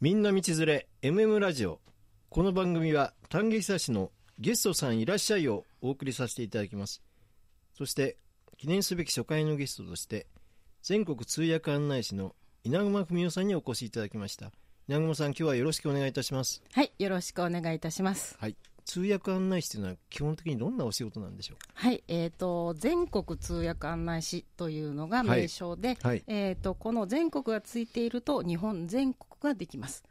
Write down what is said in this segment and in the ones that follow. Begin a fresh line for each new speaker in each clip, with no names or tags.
みんな道連れ MM ラジオ。この番組は、丹下久志のゲストさんいらっしゃいをお送りさせていただきます。そして、記念すべき初回のゲストとして、全国通訳案内士の稲熊文夫さんにお越しいただきました。稲熊さん、今日はよろしくお願いいたします。
はい、よろしくお願いいたします。
はい。通訳案内士というのは、基本的にどんなお仕事なんでしょ
はい、えっ、と、全国通訳案内士というのが名称で、
うはい。
えっ、と、この全国がついていると、日本全国ができます。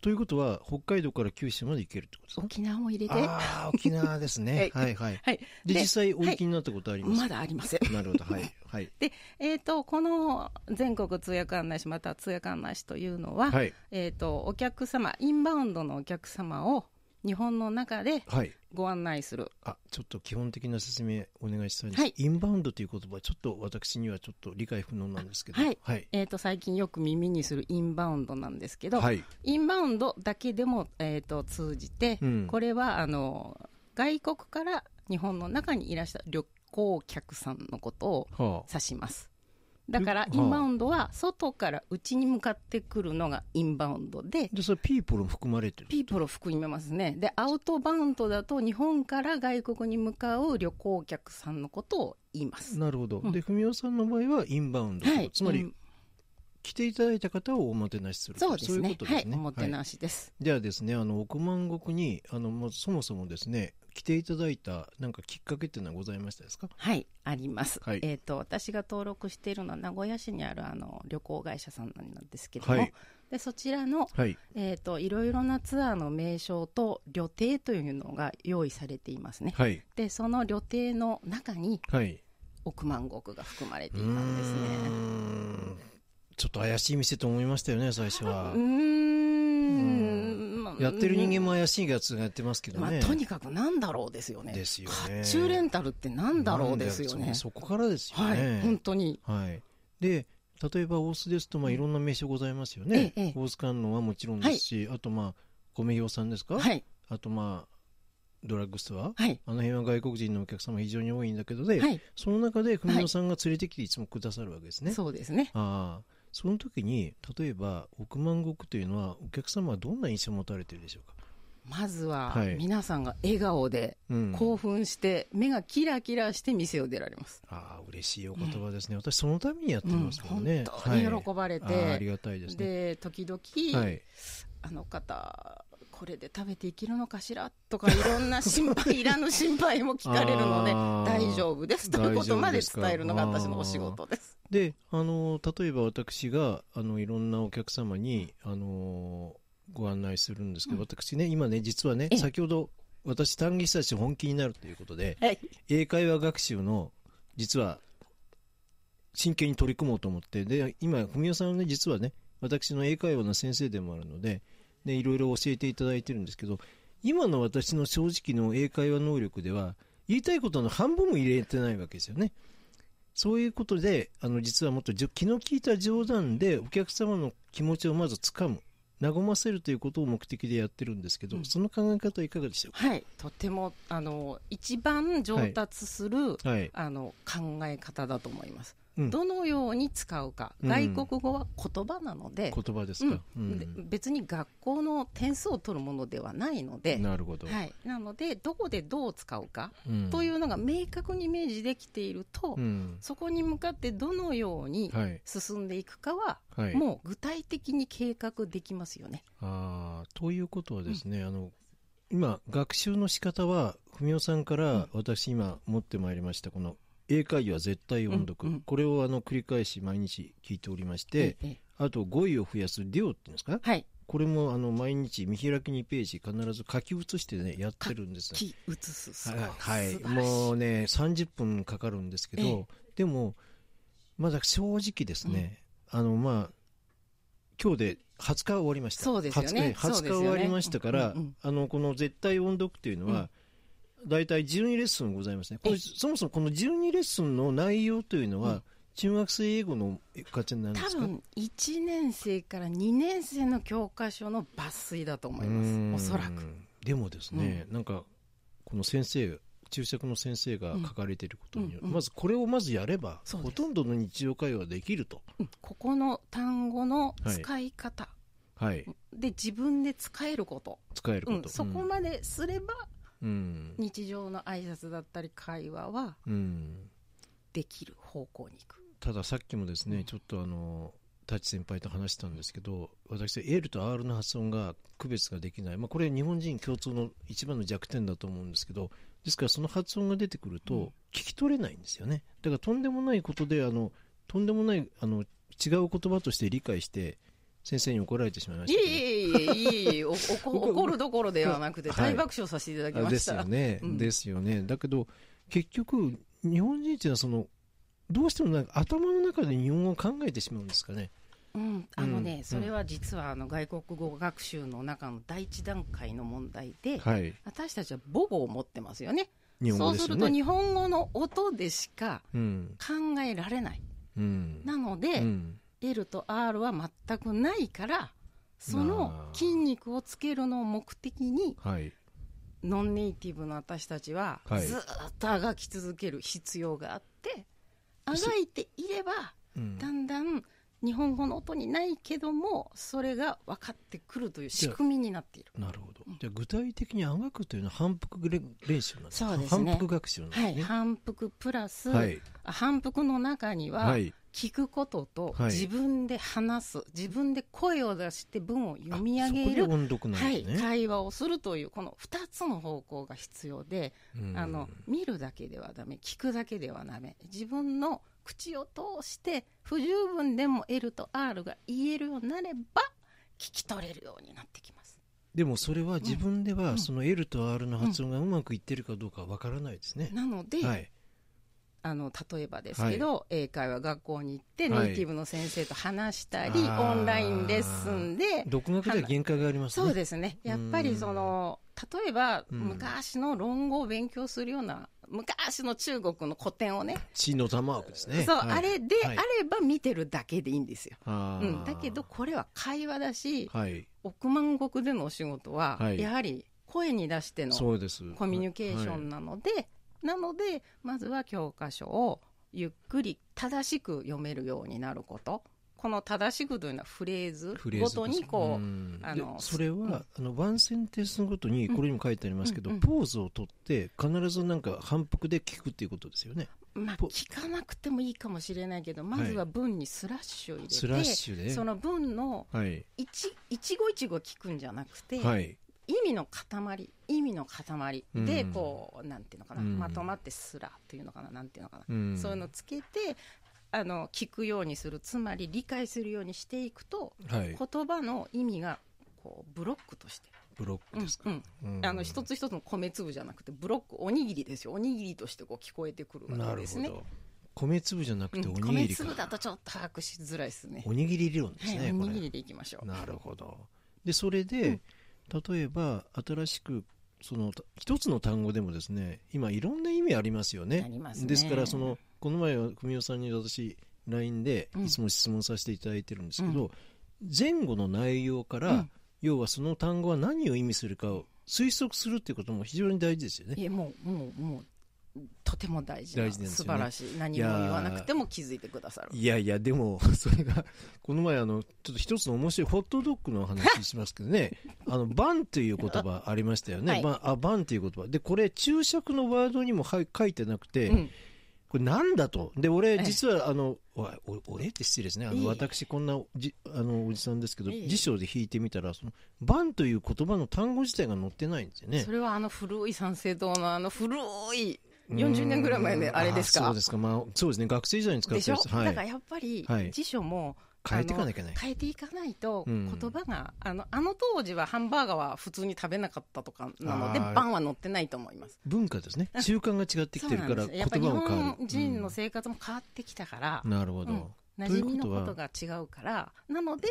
ということは、北海道から九州まで行けるってことですか
沖縄も入れて、は。
ああ、沖縄ですねはいはい。
い、
で、
で
実際お行きになったことあります
まだありません。
なるほど、はい。はい。
で、えっ、と、この全国通訳案内士、または通訳案内士というのは、
はい。
えっ、と、お客様、インバウンドのお客様を、日本の中で
はい。
ご案内する。
あ、ちょっと基本的な説明お願いしたいんです。
はい
インバウンドという言葉、ちょっと私にはちょっと理解不能なんですけど。
はい
はい。
えっ、と、最近よく耳にするインバウンドなんですけど、
はい。
インバウンドだけでも、えー、と通じて、
うん
これはあの外国から日本の中にいらした旅行客さんのことを
は
指しますだから
旅
イ
はあ
ンバウンドは外から内に向かってくるのがインバウンドで
あ。で、それピープルも含まれてる。
ピープルを含みますねでアウトバウンドだと日本から外国に向かう旅行客さんのことを言います
なるほど。
うん
で、文雄さんの場合はインバウンド。
はい
つまり、
うん
来ていただいた方をおもてなしすると。
そうです
い
ね
うこと
は
で
い
すね。
おもて
はい
なしです、
じゃあですね、あの、億万石に、あの、もうそもそもですね、来ていただいた、なんかきっかけっていうのはございましたですか
はい、あります。
はい
えっ、と、私が登録しているのは名古屋市にあるあの旅行会社さんなんですけども、
はい
でそちらの、
はい。
えっ、と、いろいろなツアーの名称と旅程というのが用意されていますね。
はい。
で、その旅程の中に
はい。
億万石が含まれ
う
て
ー
いたんですね。
んちょっと怪しい店と思いましたよね、最初
う
は
ー。ん。まあ
やってる人間も怪しいやつがやってますけど
まあ、
ね。
とにかくなんだろうですよね。
ですよね
甲冑レンタルってなんだろうですよ
なんだ
ね
よ。そこからですよ
はい、本
ね。
当に。
はい。で、例えば大須ですと、まあ、いろんな名所ございますよね
ええええ。
大須観音はもちろんですし、あと、まあ、米洋さんですか
はい、
あと、まあ、ドラッグストア
はい、
あの辺は外国人のお客様非常に多いんだけどで
は、い、
その中で文雄さんが連れてきていつもくださるわけですね。
そうですね。
ああその時に例えば億万石というのはお客様はどんな印象を持たれてるでしょうか、
まずは
はい
皆さんが笑顔で
うん
興奮して目がキラキラして店を出られます、
ああ嬉しいお言葉ですね、私そのためにやって
うん
ますも
本
んね、
当に喜
ば
ばれて、
ああありがたいですね
で時々、
はい
あの方これで食べていけるのかしらとかいろんな 心配いらぬ心配も聞かれるので
あー
大丈夫ですということまで伝えるのが
大丈夫ですか
私のお仕事です
であの例えば私があのいろんなお客様にあのご案内するんですけど、私ね今ね実はね
ええ
先ほど私短期久し本気になるということで
はい
英会話学習の実は真剣に取り組もうと思ってで今文雄さんはね実はね私の英会話の先生でもあるのででいろいろ教えていただいてるんですけど今の私の正直の英会話能力では言いたいことの半分も入れてないわけですよねそういうことであの実はもっとじょ気の利いた冗談でお客様の気持ちをまずつかむ和ませるということを目的でやってるんですけど、
うん
その考え方はいかがでしょう
はいとてもあの一番上達する、
かはい、
あの考え方だと思います、
うん
どのように使うか、
うん
外国語は言葉なので
言葉ですか、
うんで
うん
別に学校の点数を取るものではないので、
なるほど、
はい、なのでどこでどう使うか
うん
というのが明確にイメージできていると、
うん
そこに向かってどのように
はい
進んでいくかは、
はい
もう具体的に計画できますよね。
あーということはですね、あの今学習の仕方は文雄さんから私今持ってまいりましたこの英会話絶対音読、
うんうん
これをあの繰り返し毎日聞いておりまして、
ええ
あと語彙を増やすデュオっていうんですか
はい、
これもあの毎日見開きにページ必ず書き写してねやってるんです
気移すすごい
はい、
素晴らしい
もうね30分かかるんですけど、でもまだ正直ですね、あのまあ今日で20日終わりました
そうですよね
20ええ
そ
20
うです
日
よね
終わりましたから、
うんうんうん
あのこの絶対音読っていうのは、大体12レッスンございますねこれ
ええ
そもそもこの12レッスンの内容というのは、
うん
中学生英語の形になるんで
多
すか
分1年生から2年生の教科書の抜粋だと思いますおそらく
くでもですね、なんかこの先生注釈の先生が書かれていることによる、
うんうん
まずこれをまずやれば
そうで
ほ
す
とんどの日常会話できると
ここの単語の使い方、
はい、
で自分で使えること
使えるこ
う
と、
ん、そこまですれば
うん、
日常の挨拶だったり会話は
うん、
できる方向に行く、
たださっきもですね、
うん
ちょっとあの太一先輩と話したんですけど私 L と R の発音が区別ができない、まあ、これ日本人共通の一番の弱点だと思うんですけどですからその発音が出てくる
う
と
ん
聞き取れないんですよねだからとんでもないことであのとんでもないあの違う言葉として理解して先生に怒られてしまいま
い
したけど
えいえいえいえいえおおこ
僕
怒るどころではなくて
はい
大爆笑させていただき
あ
ま
で
し
す
た、
よね、
うん
ですよねだけど結局日本人っていうのはそのどうしてもなんか頭の中で日本語を考えてしまうんですかね
うん、あのね、
うん
それは実はあの外国語学習の中の第一段階の問題で、
はい
私たちは母語を持ってますよね
日本
そ
語
う
ですすよ
ると
ね
日本語の音でしか
うん
考えられない
うん
なので、
うん、
L と R は全くないからその筋肉をつけるのを目的に
はい
ノンネイティブの私たちは
はい
ずーっとあがき続ける必要があってあ
そ
がいていれば
うん
だんだん日本語の音にないけどもそれが分かってくるという仕組みになっている。
なるほどじゃあ具体的にあがくというのは反復れ練習なんですか
そうですね
反復学習なんです
はい、
ね
反復プラス、
はい
あ反復の中には
はい
聞くことと
はい
自分で話す、自分で声を出して文を読み上
あ
げ
そこ
る
で音読な
は
んで
い
すね、、
会話をするというこの2つの方向が必要で、
うん
あの見るだけではダメ聞くだけではダメ自分の口を通して不十分でも L と R が言えるようになれば聞き取れるようになってきます
でもそれは自分で
う
は
ん
その L と R の発音がうまくいってるかどうかわからないですね、
なので、
はい
あの例えばですけど、英会話学校に行って
はい
ネイティブの先生と話したり、
あー
オンラインレッスンで
独学では限界がありますね
そうですね、やっぱりその例えば、
うん
昔の論語を勉強するような、昔の中国の古典をね、
地の玉枠ですね。
そう、
はい
あれで、
はい
あれば見てるだけでいいんですよ。
あ
う
ー
ん、だけど、これは会話だし、
はい、
億万国でのお仕事は、
はい
やはり声に出しての
そうです。
コミュニケーション
はい
なので、なので、まずは教科書をゆっくり正しく読めるようになること。この正しくというのはフレーズ
フレー
ご
ズと
と
して
にこう、
ん
あの
でそれは、
うん
あのワンセンテンスのごとにこれにも書いてありますけど、
うんうん
ポーズを取って必ずなんか反復で聞くっていうことですよね。
まあ、
ぽ
聞かなくてもいいかもしれないけど、まずは文にスラッシュを入れて、
スラッシュで
その文の
はい
一一語一語聞くんじゃなくて、
はい
意味の塊意味の塊
うん
でこう、なんていうのかな、
うん
まとまってすらっていうのかななんていうのかな、
うん
そういうのつけてあの聞くようにするつまり理解するようにしていくと
はい
言葉の意味がこうブロックとして、
ブロックですか。
うん
うん
あの一つ一つの米粒じゃなくてブロックおにぎりですよおにぎりとしてこう聞こえてくるわ
な
け
る
です
ほ
ね。
ど。米粒じゃなくてお
うん
にぎ
米
りか。
粒だとちょっと把握しづらいですね。
おにぎり理論です
はい、
ね。
お
これ
にぎりでいきましょう。
なるほど。で、それで、例えば、新しく、その、た一つの単語でもですね、今、いろんな意味ありますよね。
ありますね
ですから、その、この前は、文雄さんに私、LINE で
うん
いつも質問させていただいてるんですけど、前後の内容から、
うん
要はその単語は何を意味するかを推測するっていうことも非常に大事ですよね。
いやもうもうもうとても大事な
大事です
素
よね
晴らしい何も言わなくても気づいてくださる
いやいや、でも、 それが、この前、あの、ちょっと一つの面白いホットドッグの話しますけど ね、あの、バンという言葉ありましたよね。
はい
バンあバンという言葉。で、これ、注釈のワードにもはい書いてなくて、
うん
これなんだと。で、俺、
ええ
実は、あの、おいお俺って失礼ですね。あ
いえい
の、
え
私、こんなじ、あの、おじさんですけど、
いえいえ
辞書で引いてみたら、その、バンという言葉の単語自体が載ってないんですよね
そ。れはあの古い三省堂のあの古い40年ぐらい前であれです
あ
か
そうですか。まあ、そうですね。学生時代に使っ
で
て
したょ
やつ。は
だから
い。
やっぱり
はい
辞書も
変えていかなきゃいけない
あの変えていかないと
う
言
ん
葉があのあの当時はハンバーガーは普通に食べなかったとかなので
あー
バンは載ってないと思います
文化ですね。習慣が違ってきてるから、
や
言
っぱ
葉
り日
も変わる。
本人の
うん
生活も変わってきたから、
なるほど、
うん、馴
という
染
こ
みの
とは
ことが違うからなので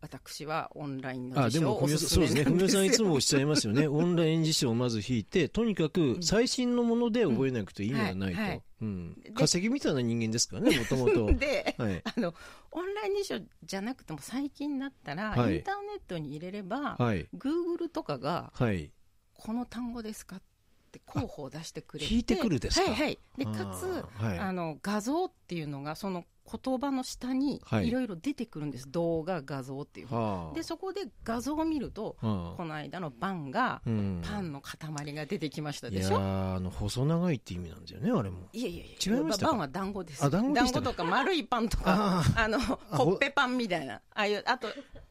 私はオンラインの
あ
辞
で
書
も
をお
小
す
宮
す
そう
め
で
な
すね小
んで
宮
す
さんいつ
よ
もおっしゃいますよねオンライン辞書をまず引い てとにかく最新のもので覚えなくて意味がないと、
はいはい
うん
で
化石みたいな人間ですからねもともと
で
はい
あのオンライン辞書じゃなくても最近だったら、
はい
インターネットに入れれば、
はい
グーグルとかが
はい
この単語ですかって候補を出してくれて
あ聞いてくるですか
はいはいで
あー
かつ
はい
あの画像っていうのがその言葉の下に
はい
いろいろ出てくるんです、動画画像っていう、
はあ
でそこで画像を見ると、
はあ
この間のバンが
うん
パンの塊が出てきました
い
で
や
しょ
ーあの細長いって意味なんだよねあれも
いやいやい
違
や
いましたか
パンは団子です
あ団子でしたね
とか丸いパンとか
ああ
あの
ほ
コッペパンみたいなああいうあと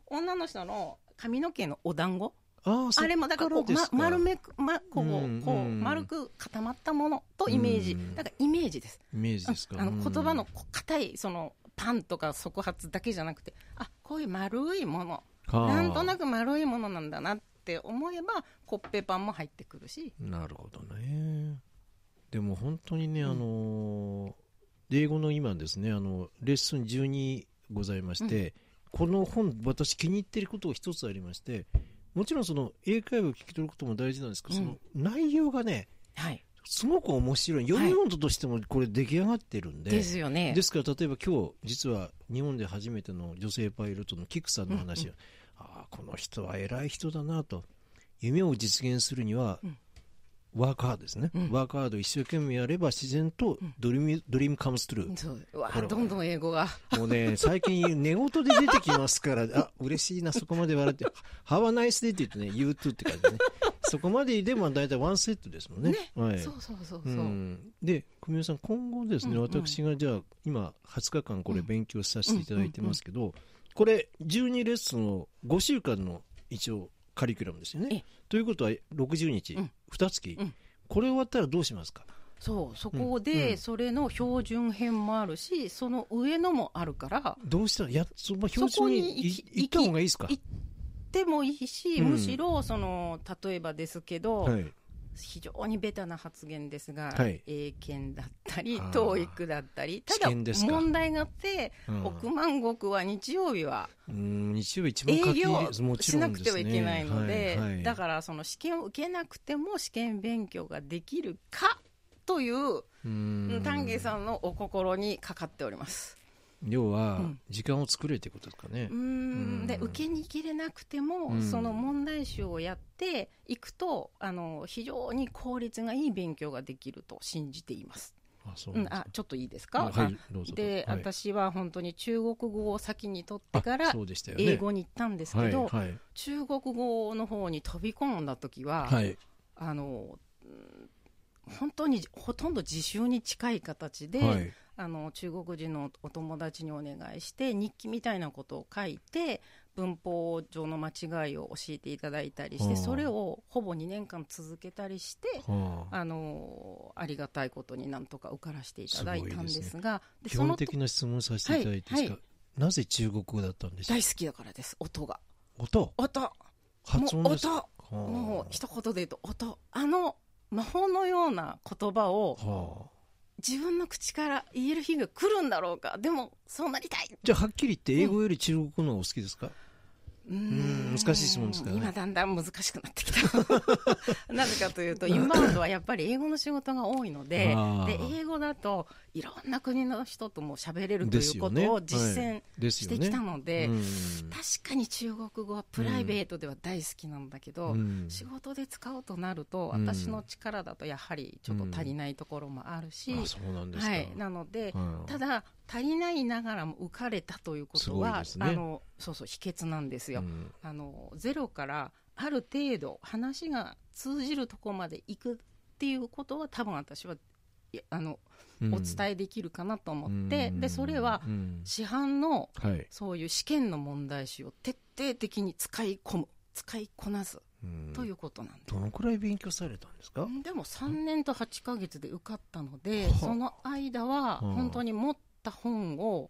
女の人の髪の毛のお団子
ああそ
あ
っ
れもだからこう、
からで、
ます
か
丸めく、ま、こう、
うん
こう
うん
丸く固まったものとイメージ、
うん
だからイメージです
イメージですか
あの
うん
言葉のこう硬いそのパンとか即発だけじゃなくてあこういう丸いもの
はあ
なんとなく丸いものなんだなって思えばコッペパンも入ってくるし
なるほどねでも本当にね、
うん
あのー英語の今ですねあのレッスン12ございまして、この本私気に入ってることが一つありましてもちろんその英会話を聞き取ることも大事なんですけど、
うん
その内容がね
はい
すごく面白い読み物としてもこれ出来上がってるんで、
ですよね
ですから例えば今日実は日本で初めての女性パイロットのキクさんの話、
うん
ああこの人は偉い人だなと夢を実現するには、
うん
ワークハードですね、
うん
ワークハードを一生懸命やれば自然と
うん
ドリーム、ドリームカムストゥルー
そううわ
これは
どんどん英語が
もうね最近寝言で出てきますからあ嬉しいなそこまで笑って「Have a nice day」って言ってね「You too」って感じでねそこまででも大体ワンセットですもんね
ね
はい、
そうそうそう
う
そう、
ん、で久米さん今後ですね、
うんうん
私がじゃあ今20日間これ勉強させていただいてますけど、これ12レッスンを5週間の一応カリキュラムですよ
え
ね
え。
ということは60日、
うん
2月、
うん
これ終わったらどうしますか
そうそこ
うんう
で
ん
それの標準編もあるしその上のもあるから
どうしたらいやそ、まあ、表
そこ
紙
に
に
行き
い行った方がいいですか
行でもいいし、
うん
むしろその例えばですけど、
はい、
非常にベタな発言ですが、
はい
英検だったり
あー
TOEIC だったりた
試
だ
験ですか
問題があって、
うん
億万石は日曜日は
うん日曜日一番書
営
き入
業
れもち
し
ろ
なんく
で
て
す
は
ね
いけないので、
はいはい
だからその試験を受けなくても試験勉強ができるかという
うん
丹下さんのお心にかかっております。
要は
うん
時間を作れということですかね
う、んで
うん
受けに行けれなくても、
うん
その問題集をやっていくとあの非常に効率がいい勉強ができると信じています。
あそうな
う
んで、
ん
す
あ
か
ちょっといいですか、
はいどうぞ
あで、
はい
私は本当に中国語を先に取ってか
あ
ら
そうでしたよね
英語に行ったんですけど、
はいはい
中国語の方に飛び込んだ時は、
はい、
あのうん本当にほとんど自習に近い形で、
はい
あの中国人のお友達にお願いして日記みたいなことを書いて文法上の間違いを教えていただいたりし
は
て
あ
それをほぼ2年間続けたりして
はあ、
あのありがたいことになんとか受からしていただいたんです
す
がで
基
その
本
と
的な質問させていただいていいですか、
は
なぜ中国語だったんでしょう
大好きだからです音が
音
音
発
も
音
う
ですか
音
はあ
もう一言で言うと音あの魔法のような言葉を
はあ、
自分の口から言える日が来るんだろうかでもそうなりたい
じゃあはっきり言って英語より中国語の方がお好きですか、
うー
ん難しい質問ですからね
今だんだん難しくなってきた なぜかというとインバウンドはやっぱり英語の仕事が多いので
あ
で
ー
英語だといろんな国の人とも喋れると
で
い
す
う
よ
こ
ね
とを実践
です
し
よね
てきたので、
うん
確かに中国語はプライベートでは大好きなんだけど、
うん
仕事で使おうとなると
うん
私の力だとやはりちょっと足りないところもあるし、
あそうなんですか、
はい、なので、
うん
ただ足りないながらも受かれたというこ
す
と
ごい
は、
ですね
あのそうそう秘訣なんですよ、
うん
あのゼロからある程度話が通じるとこまで行くっていうことは多分私はいやあの、
うん
お伝えできるかなと思って、
うん
でそれは
うん
市販の
はい、
そういう試験の問題集を徹底的に使い込む使いこなす
うん
ということなんです、
どのくらい勉強されたんですか、
でも3年と8ヶ月で受かったので、
はあ
その間は
うん
本当に持った本を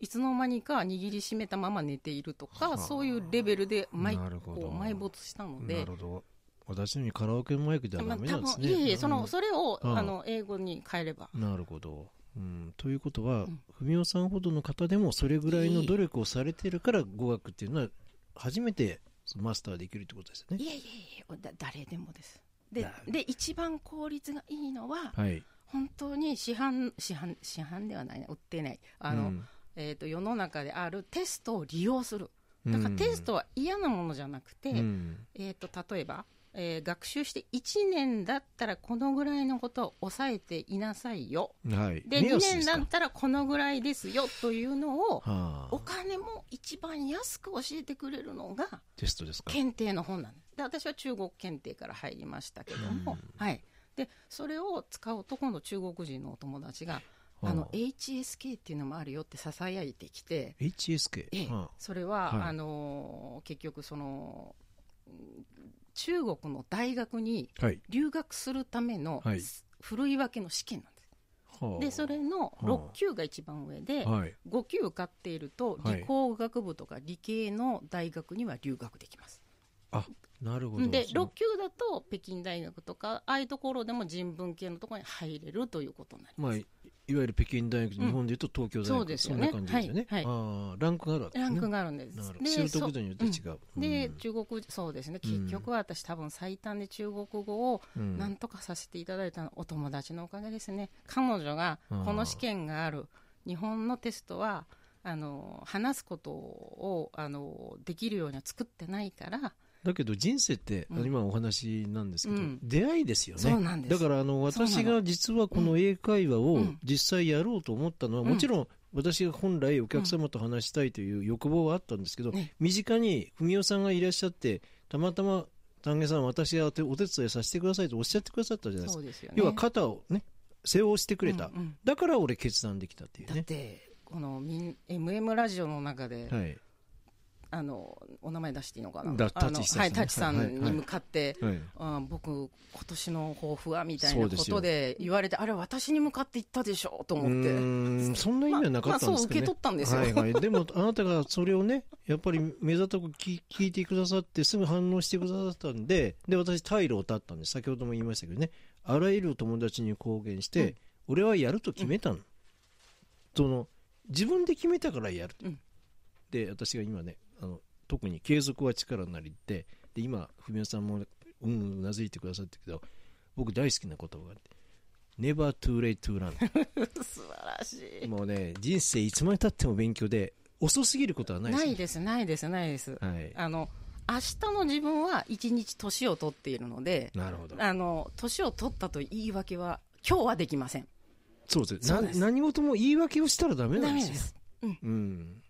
いつの間にか握りしめたまま寝ているとか、
はあ
そういうレベルで毎
なるほど
こう埋没したので
なるほど私のようにカラオケマイクでは
ま
ダ
あ、
メ
多
なんで
分
すね、
いえいえ、
うん
そのそれを、
うん
あの英語に変えれば、
なるほど、うん、ということは
うん
文雄、さんほどの方でもそれぐらいの努力をされてるから語学っていうのは初めてマスターできるってことですよね
いえいえいえだ誰でもですで
なるほど
で一番効率がいいのは
はい
本当に市販市販市販ではないな売ってないあの、
うん
えー、と世の中であるテストを利用するだからテストは嫌なものじゃなくて、
うん
えー、と例えばえー学習して1年だったらこのぐらいのことを抑えていなさいよ
はい。
で
目
2
安
年
すか
だったらこのぐらいですよというのを
は
お
あ、
金も一番安く教えてくれるのが
テストですか。
検定の本なんですで私は中国検定から入りましたけども、はい、でそれを使うと今度中国人のお友達があの
はあ
HSK っていうのもあるよってささやいてきて、
HSK。
ええ
は
それは、
はい
あのー結局そのうん中国の大学に
あはい。
留学するための、
はい
ふるい分けの試験なんです
はあ
でそれの
あ
6級が一番上で、
はい。
5級受かっていると
はい
理工学部とか理系の大学には留学できます、
なるほど。
で
その
6級だと北京大学とかああいうところでも人文系のところに入れるということになり
ま
ま
あ、
す、
いいわゆる北京大学、
うん
日本でいうと東京大学、
そうですよね
そんな感じですよね。
はいは
ああランクがあるわけで
ラ
すね。
ンクがあるんです
なるほど。
で
習
そ
得度によって違う。
で中国そうですね
うん
結局は私、多分最短で中国語を
うん、うん
なんとかさせていただいたのお友達のおかげですね彼女が
あー
この試験がある日本のテストはあの話すことをあのできるようには作ってないから、
だけど人生って、
うん
今お話なんですけど、
うん
出会いですよね。
そうなんです
だからあの
そうなの
私が実はこの英会話
う
を
ん
実際やろうと思ったのは、
うん
もちろん私が本来お客様と話したいという欲望はあったんですけど、
ね
身近に文雄さんがいらっしゃってたまたま丹下さん私がお手お手伝いさせてくださいとおっしゃってくださったじゃないです
そ
か、
うですよね
要は肩をね背負わしてく
く
れた、だから俺決断できたっていう
だっ
ね
てこのみん MM ラジオの中で、
はい
あのお名前出していいのかな
だ
あ
舘
の
久
は
さん
い
ね
舘さ
はいはい
ん
は
に
い
向かって、
はい
あ僕、今年の抱負はみたい
そ
な
うで
こ
すよ
とで言われて、あれ、私に向かって言ったでしょと
う
思って、
ーんそんな意味はなかったんですけど、ね
まあまあそう受け取ったんですよ
はいはい、でもあなたがそれをねやっぱり目ざとく聞聞いてくださってすぐ反応してくださったんでで私退路を断ったんです先ほども言いましたけどねあらゆる友達に公言して、
うん
俺はやると決めたの,、その自分で決めたからやる、
うん
で私が今ねあの特に継続は力なりってで今文雄さんもうんうんうなずいてくださったけど僕大好きな言葉があって「Never too late to learn」
素晴らしい。
もうね、人生いつまでたっても勉強で、遅すぎることはないです、
な
ね。
いです、ないです、ないです。
はい。
あの、明日の自分は一日年を取っているので、
なるほど。
あの、年を取ったという言い訳は、今日はできません。
そうです
そう
な
です
何事も言い訳をしたらダメな
ダ
んで
メ
すよ
で。す。
うん。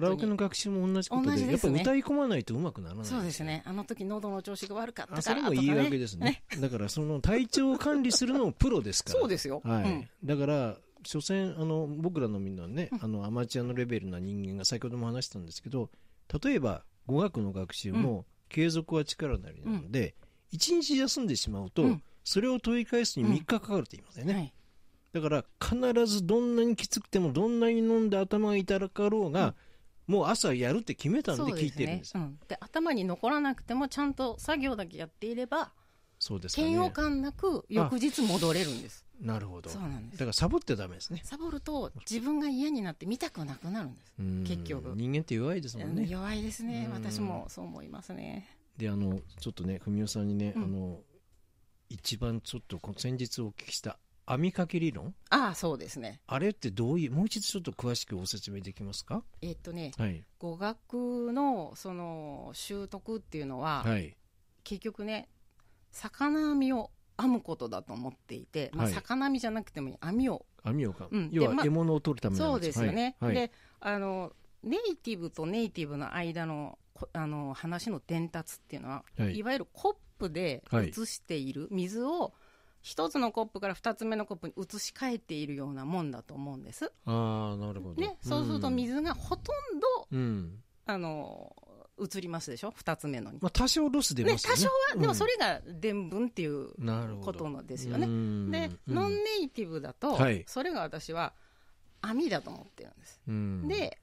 カ
当に
ラオケの学習も同じことで、
同じ
や
で
っぱ
すね
歌い込まないとうまくならない。
そうです。ね。あの時喉の調子が悪かっ
あ
た
そ
か
れ
ら
も
とか、ね。
言い訳ですね。だから、その体調を管理するのもプロですから。
そうですよ。
はい。
うん
だから、所詮、あの、僕らのみんなね、あの、アマチュアのレベルな人間が先ほども話したんですけど、例えば、語学の学習も継続は力なりなので、一1日休んでしまうと、
うん
それを問い返すに3日かかるって言いますよね。
はい
だから、必ずどんなにきつくても、どんなに飲んで頭が痛かろうが、もう朝やるって決めたんで
そう
聞い
です
てるん
ね
です。。
うん。で、頭に残らなくても、ちゃんと作業だけやっていれば、
そうですかね。
嫌悪感なく、翌日戻れるんです。
なるほど。
そう
だ
なんです。
から、サボってダメですね。
サボると自分が嫌になって見たくなくなるんです、
うん
結局
人間って弱いですもんね。
弱いですね
うん
私もそう思いますね
であのちょっとね文雄さんにね、
うん
あの一番ちょっとこう先日お聞きした網掛け理論
ああそうですね
あれってどういうもう一度ちょっと詳しくご説明できますか
えっとね
はい
語学のその習得っていうのは、
はい
結局ね魚網を編むことだと思っていて、まあ、
はい
魚網じゃなくてもいい網を、
網をか、
うん
要は
でま
獲物を取るため
そ
の
う
や
で
つ
すよね、
はいはい
であのネイティブとネイティブの間のこあの話の伝達っていうのは
はいい
わゆるコップで移している水を一つのコップから二つ目のコップに移し替えているようなもんだと思うんです。
ああなるほど
ね、そうすると
ん
水がほとんど、
うん
あの移りますでしょ二つ目のに。
まあ多少ロス出
ね、多
ますよね
少は、
うん
でもそれが伝聞っていう
なるほど
ことなんですよね。で
ね、
ノンネイティブだと、
はい
それが私は網だと思ってるんです。
うん、
で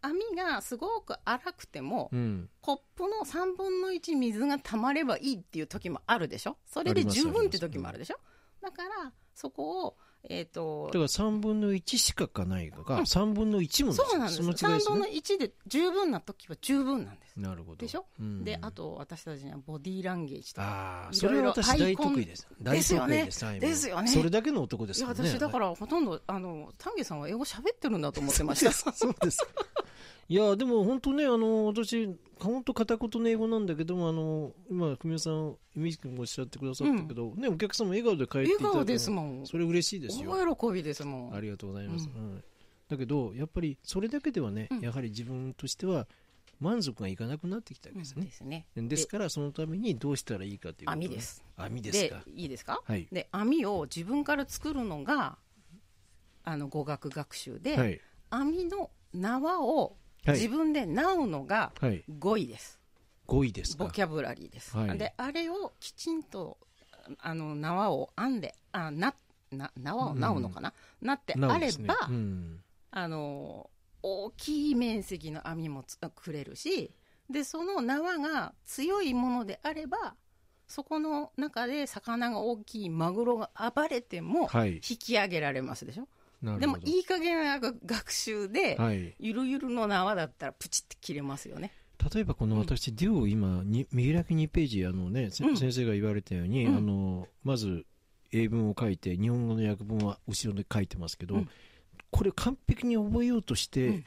網がすごく粗くても、
うん
コップの3分の1水が溜まればいいっていう時もあるでしょそれで十分って時もあるでしょだからそこをえっ、と
だから3分の1しかかないが、3分の1も
そうなんです
その違いです
3分の
ね
1で十分な時は十分なんです、
なるほど
でしょ
うん
であと私たちにはボディーランゲージとか
ああ、
い
そ
ろい
れは
ろ
私大得意です。
アイコン
大
ですよ
得
ね
意です。はい
ですよね
それだけの男で
い
す
や
からね。。
私だかららほとんどあの丹下さんは英語喋ってるんだと思ってました
そうです。いやでも本当ねあの私本当片言の英語なんだけどもあの今文雄さん海地君もおっしゃってくださったけど、ねお客様笑顔で帰ってい
笑
ただ
顔
いて
ですもん
それ嬉しい ですよ
大喜びですもん
ありがとうございます、
う
はいだけどやっぱりそれだけではね、
うん
やはり自分としては満足がいかなくなってきたわ
う
け
ん
ですね
で、すね
ですからそのためにどうしたらいいかということね
網です
網
で
ですか
いいですか
はい
で網を自分から作るのがあの語学学習で、
はい
網の縄を
はい
自分でなうのが
はい
語彙です、
5位ですか
ボキャブラリーです、
はい
であれをきちんとあの縄を編んであなな縄をなうのかな、なって
な
あ
おで
れ
すね
ば、
うん
あの大きい面積の網もつくれるしでその縄が強いものであればそこの中で魚が大きいマグロが暴れても
はい
引き上げられますでしょ、
な
で
る
も
ほど
いい加減な学習で、
はい、
ゆるゆるの縄だったらプチって切れますよね
例えばこの私、デュオを今に見開き2ページあの、ねせ
うん
先生が言われたように、
うん
あのまず英文を書いて日本語の訳文は後ろで書いてますけど、
うん
これ完璧に覚えようとして、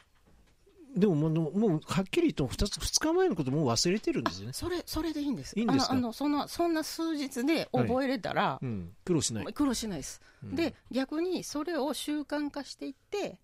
でももうもうはっきりと 2, つ2日前のこともう忘れてるんですよね、
それそれでいいんです
いいんですか
あのあのそのそんな数日で覚えれたら、
うん、苦労しない、
苦労しないです、
うん
で逆にそれを習慣化していって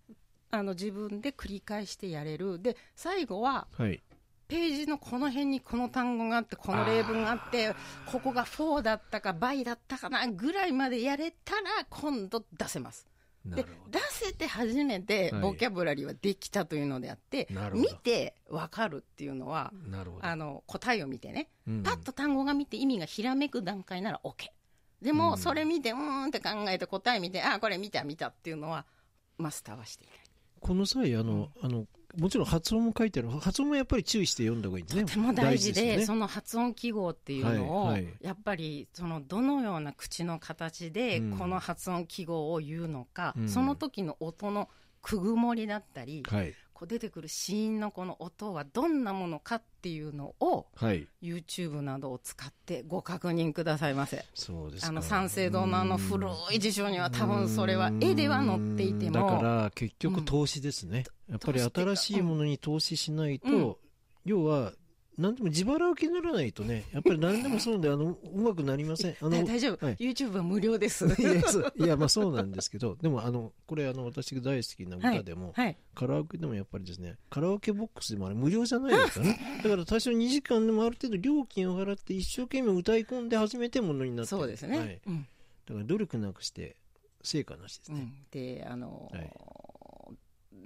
あの自分で繰り返してやれるで最後は
はい、
ページのこの辺にこの単語があってこの例文があってここが4だったか倍だったかなぐらいまでやれたら今度出せます
な
で
るほど
出せて初めて
はい
ボキャブラリーはできたというのであって、
なるほ
見
ど
て分かるっていうのは
なるほど
あの答えを見てね
うん
パッと単語が見て意味がひらめく段階なら OK で
う
も
ん
それ見てうーんって考えて答え見てああこれ見た見たっていうのはマスターはしていない
この際あの、あのもちろん発音も書いてある発音もやっぱり注意して読んだ方がいいんですね
とても大事で
です
そ
よね
の発音記号っていうのを、
はいはい
やっぱりそのどのような口の形で
うん
この発音記号を言うのか、
うん
その時の音のくぐもりだったり、
はい
こう出てくる子音のこの音はどんなものかっていうのを
はい
YouTube などを使ってご確認くださいませ。
そうですか
あの三省堂のあの古い辞書には多分それは絵では載っていて
だか
も
ら結局投資ですね、やっぱり新しいものに投資しないと、
うん
要は何でも自腹受けにならないとねやっぱり何でもそうなんであのうまくなりませんあの
だ大丈夫、
はい
YouTube は無料です。
いやそういやまあそうなんですけどでもあのこれあの私が大好きな歌でも、
はい、
カラオケでもやっぱりですねカラオケボックスでもあれ無料じゃないですか ねだから多少2時間でもある程度料金を払って一生懸命歌い込んで初めてものになってる
そうですね。
はい
うん
だから努力なくして成果なしです
う
ね、
んであのー
はい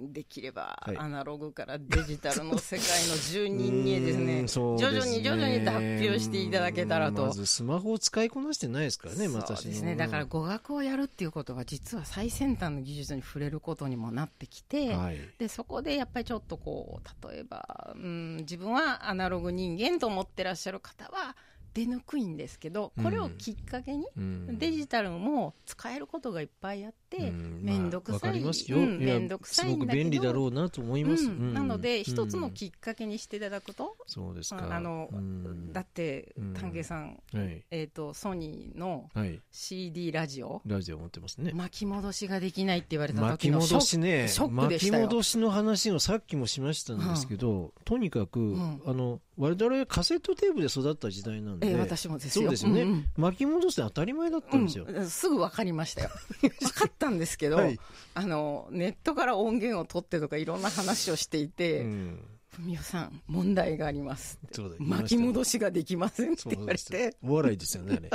できれば
はい
アナログからデジタルの世界の住人にですね
うーんそうですね
徐々に徐々に脱皮をしていただけたらと
まずスマホを使いこなしてないですからね、
そう
私
ですねだから語学をやるっていうことは実は最先端の技術に触れることにもなってきて、
はい、
でそこでやっぱりちょっとこう例えば、うん、自分はアナログ人間と思ってらっしゃる方は出にくいんですけどこれをきっかけに
うん
デジタルも使えることがいっぱいあって
うん
面倒くさ
まあわか
い
り
う
ますよ、
ん
いや
面倒くさいんだ
すごく便利
け
だろ
ど
うなと思いうます、
んなの
うん
で一つのきっかけにしていただくと
そうですか
ああの
うん
だって
うん
丹下さん
はい、
えーとソニーの
はい、
CD ラジオ
ラジオ持ってますね
巻き戻しができないって言われた
巻き
時のショ
戻
ック
しね
ショックで
巻
し
き
たよ
戻しの話をさっきもしましたんですけど、とにかく、
ん
あの我々はカセットテープで育った時代なんで、
えー私もですよ
そうですよね、
うんうん
巻き戻しって当たり前だったんですよ、
うん、すぐ分かり ましたよ分かったんですけど、
はい
あのネットから音源を取ってとかいろんな話をしていうて
ん
「文、雄、さん問題があります」って
そうだ言いましたね
巻き戻しができません」って
そう
言われ
ですよ
て
お笑いですよねあれ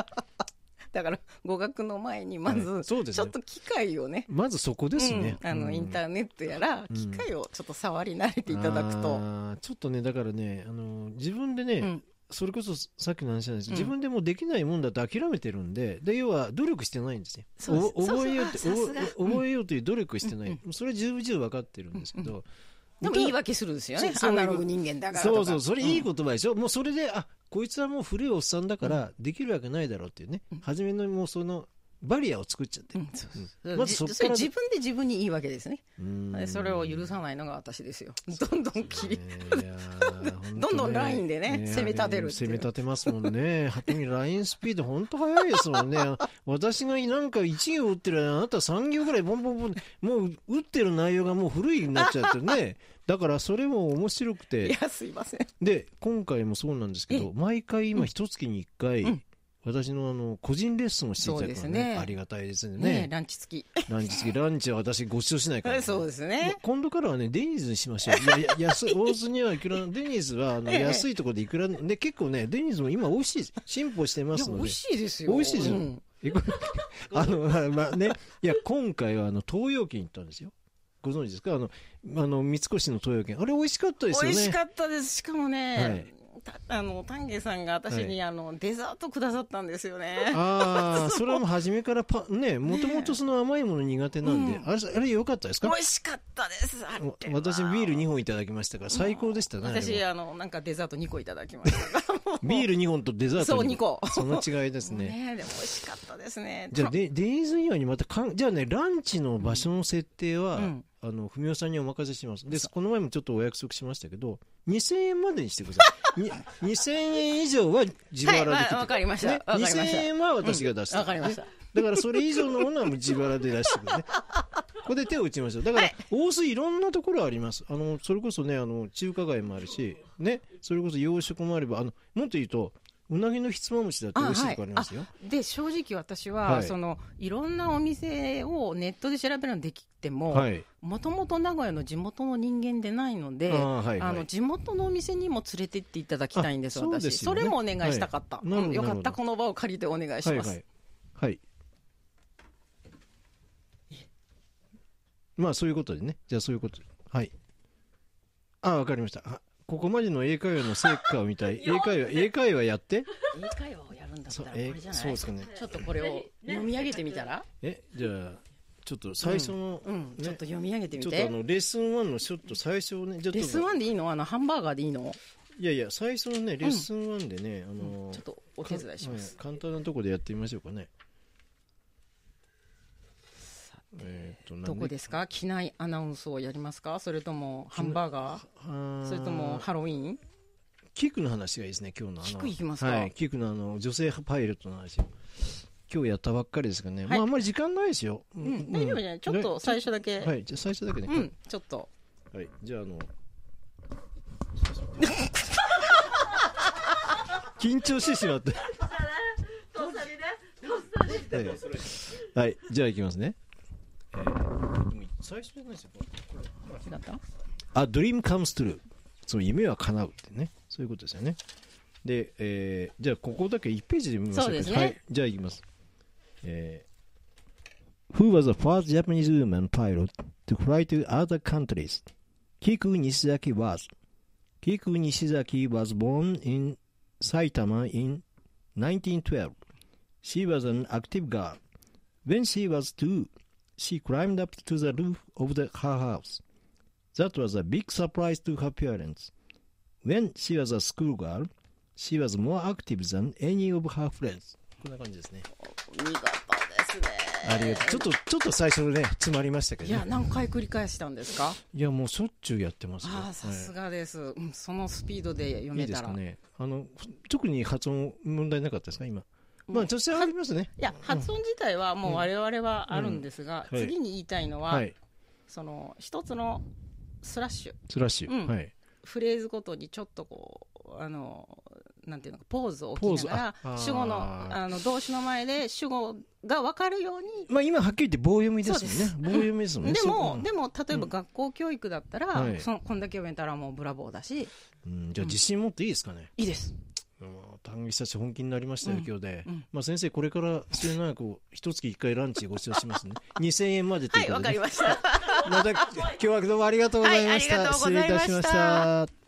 だから語学の前に まず、
はいそうです
ち
ね
ょっと機械をね
まずそこですね、
うんあのイン
ー
ターネットやら
うん
機械をちょっと触り慣れていただくと、
ちょっとねだからねあの自分でね、
うん
それこそさっきの話なんですけど、
う
自
ん
分でもうできないもんだと諦めてるんでで要は努力してないんですね
そうです
お覚えようって
そうそうあさす
お
がうん
覚えようという努力してない、
うん
それは十分十分分かってるんですけど、
でも言い訳するんですよね
そうそう
アナログ人間だからとか
そうそうそれいい
こ
言葉でしょ、もうそれであこいつはもう古いおっさんだからできるわけないだろうっていうね、
うん
初めのもうそのバリアを作っちゃって
と、う
る
んそう
うんまずそっ
じ
から
自分で自分に言い訳ですね
うん
でそれを許さないのが私ですよ。どんどん切り。
いやー
どんどんラインでね
本当
攻め立てるっていう
攻め立てますもんね。はにラインスピード本当速いですもん ね。私がなんか1行打ってるあなた3行ぐらいボンボンボン、もう打ってる内容がもう古いになっちゃってるね。だからそれも面白く
い
て
やすいません
で今回もそうなんですけ
え
ど毎回今一月に1回、
うん
私のあの個人レッスンをしていただくの
そう
は
です
ね
ね
ありがたいですね
ねえランチ付き
ランチ付きランチは私ご馳走しないから、
そうです
も
ね
う今度からはねデニーズにしましょういやいや 安い大津にはいくらデニーズはあの
ええ
安いところでいくらで結構ねデニーズも今美味しい進歩してま
いや
す
美
ので
味しいですよ
美味しいですよ
うん
えこれあの、まあまあね、いや、今回はあの東洋軒行ったんですよ。ご存知ですかあの、あの三越の東洋軒。あれ美味しかったです
美
よね。
味しかったですしかもね、
はい
たあの丹下さんが私に、
はい
あのデザートくださったんですよね
ああ、それはもう初めからパ、ね、もともとその甘いもの苦手なんで、
うん
あれ、あれ良かったです
美
か
味しかったですあれは
私、ビール2本いただきましたから、最高でしたね。あれも
私あのなんかデザート2個いただきました
ビール2本とデザート
そう2個
その違いです
ね
ね。
でも美味しかったですね
じゃあ、デデニーズ以外にまたかん、じゃあね、ランチの場所の設定は、
うん
あの、文雄さんにお任せします。で
そ、
この前もちょっとお約束しましたけど、2000円までにしてください。 に2000円以上は自腹で
は
切っ
いわ
て
わかりました
ね
わかりました
2000円は私が出して、
わかりました
ねだからそれ以上のものはもう自腹で出してくる ね。ここで手を打ちましょう。だから、大須いろんなところあります。あの、それこそね、あの、中華街もあるし、ね、それこそ洋食もあれば、あの、もっと言うと、うなぎのひつまぶしだって美味しいとこありますよ。
で正直私は、
はい
い、そのいろんなお店をネットで調べるのできても
はい。
もともと名古屋の地元の人間でないので
あーはいはい
あの地元のお店にも連れてっていただきたいんです
あそう
私
ですよ
そ
ね
れもお願いしたかった、
はいなるほど
うんよか
なるほ
っ
ど
たこの場を借りてお願いしま
はい
す、
はい、はい、まあそういうことでねじゃあそういうことではいああわかりましたあここまでの英会話の成果を見 たい英会話英会話やって
英会話をやるんだったらこ
え
れじゃ
そう
ない
ですかね
ちょっとこれを読み上げてみたら、
えじゃあちょっと最初の、
うん、
ね
ちょっと読み上げてみ
ちょっと
て
あ。のレッスン1のちょっと最初をねちょっと
レッスン1でいいのあのハンバーガーでいいの
いやいや最初のねレッスン1でね、あの
ちょっとお手伝いします。
かんはい簡単なとこでやってみましょうかねえーとなん
どこですか機内アナウンスをやりますかそれともハンバーガー
あー
それともハロウィーン
キクの話がいいですね、今日のあの。
キクいきますか
はい、キクのあの、女性パイロットの話。今日やったばっかりですかね。
は
ま
い
あ、あんまり時間ないですよ。う
うん大丈夫じゃないちょっと最初だけ。
はい、じゃあ最初だけね。
うん、ちょっと。
はい、じゃああの。緊張してしまった。はいはい、じゃあ行きますね。えーでも最初じゃないですよ、これ
違った
あ、ドリームカムストゥルー。その夢は叶うってね。そういうことですよね。で、えーじゃあここだけ1ページで見ましょうか。
そうですね
はい。じゃあいきます。えー Who was the first Japanese woman pilot to fly to other countries? Kiku Nishizaki was. Kiku Nishizaki was born in Saitama in 1912. She was an active girl. When she was two, she climbed up to the roof of the, her house. That was a big surprise to her parents. When she was a schoolgirl, she was more active than any of her friends. こんな感じですね。
見事ですね。
ありがとう。ちょっと、ちょっと最初ね、詰まりましたけ
い
ど、
や、
ね。
何回繰り返したんですか
いや、もうしょっちゅうやってますよ。
ああ、さす
は
がです。うんそのスピードで読
い。い
め
いで
た。
すから
い
ね。あの、特に発音問題なかったですか、今。まあ、女性はありますね。
や、発音自体はもう我々はあるんですが、
うんはい
次に言いたいのは
は、い。
その、一つのスラッシュ。
スラッシュ。
うん
はい。
フレーズごとにちょっとこうあのなんていうのかポーズを
ポー
置き
ズ
なが
ああ
ら
ー
主語のあの動詞の前で主語が分かるように
まあ、今はっきり言って棒読みですもんね。棒読みですもんね。
で
そう
も
うん
でも例えば学校教育だったら、
はい
そのこんだけ読めたらもうブラボーだし
うん、じゃあ自信持っていいですかね。
いいです
もう丹下たち本気になりましたよ、
うん
今日で、
うん
まあ、先生これから末永く一月一回ランチご馳走し ますね2000円までと
は
いう
い
こ
わ
とでね、
かりました
また今日はどうもありがとうございました、
はいありがとうござい
失礼い
ました
たしました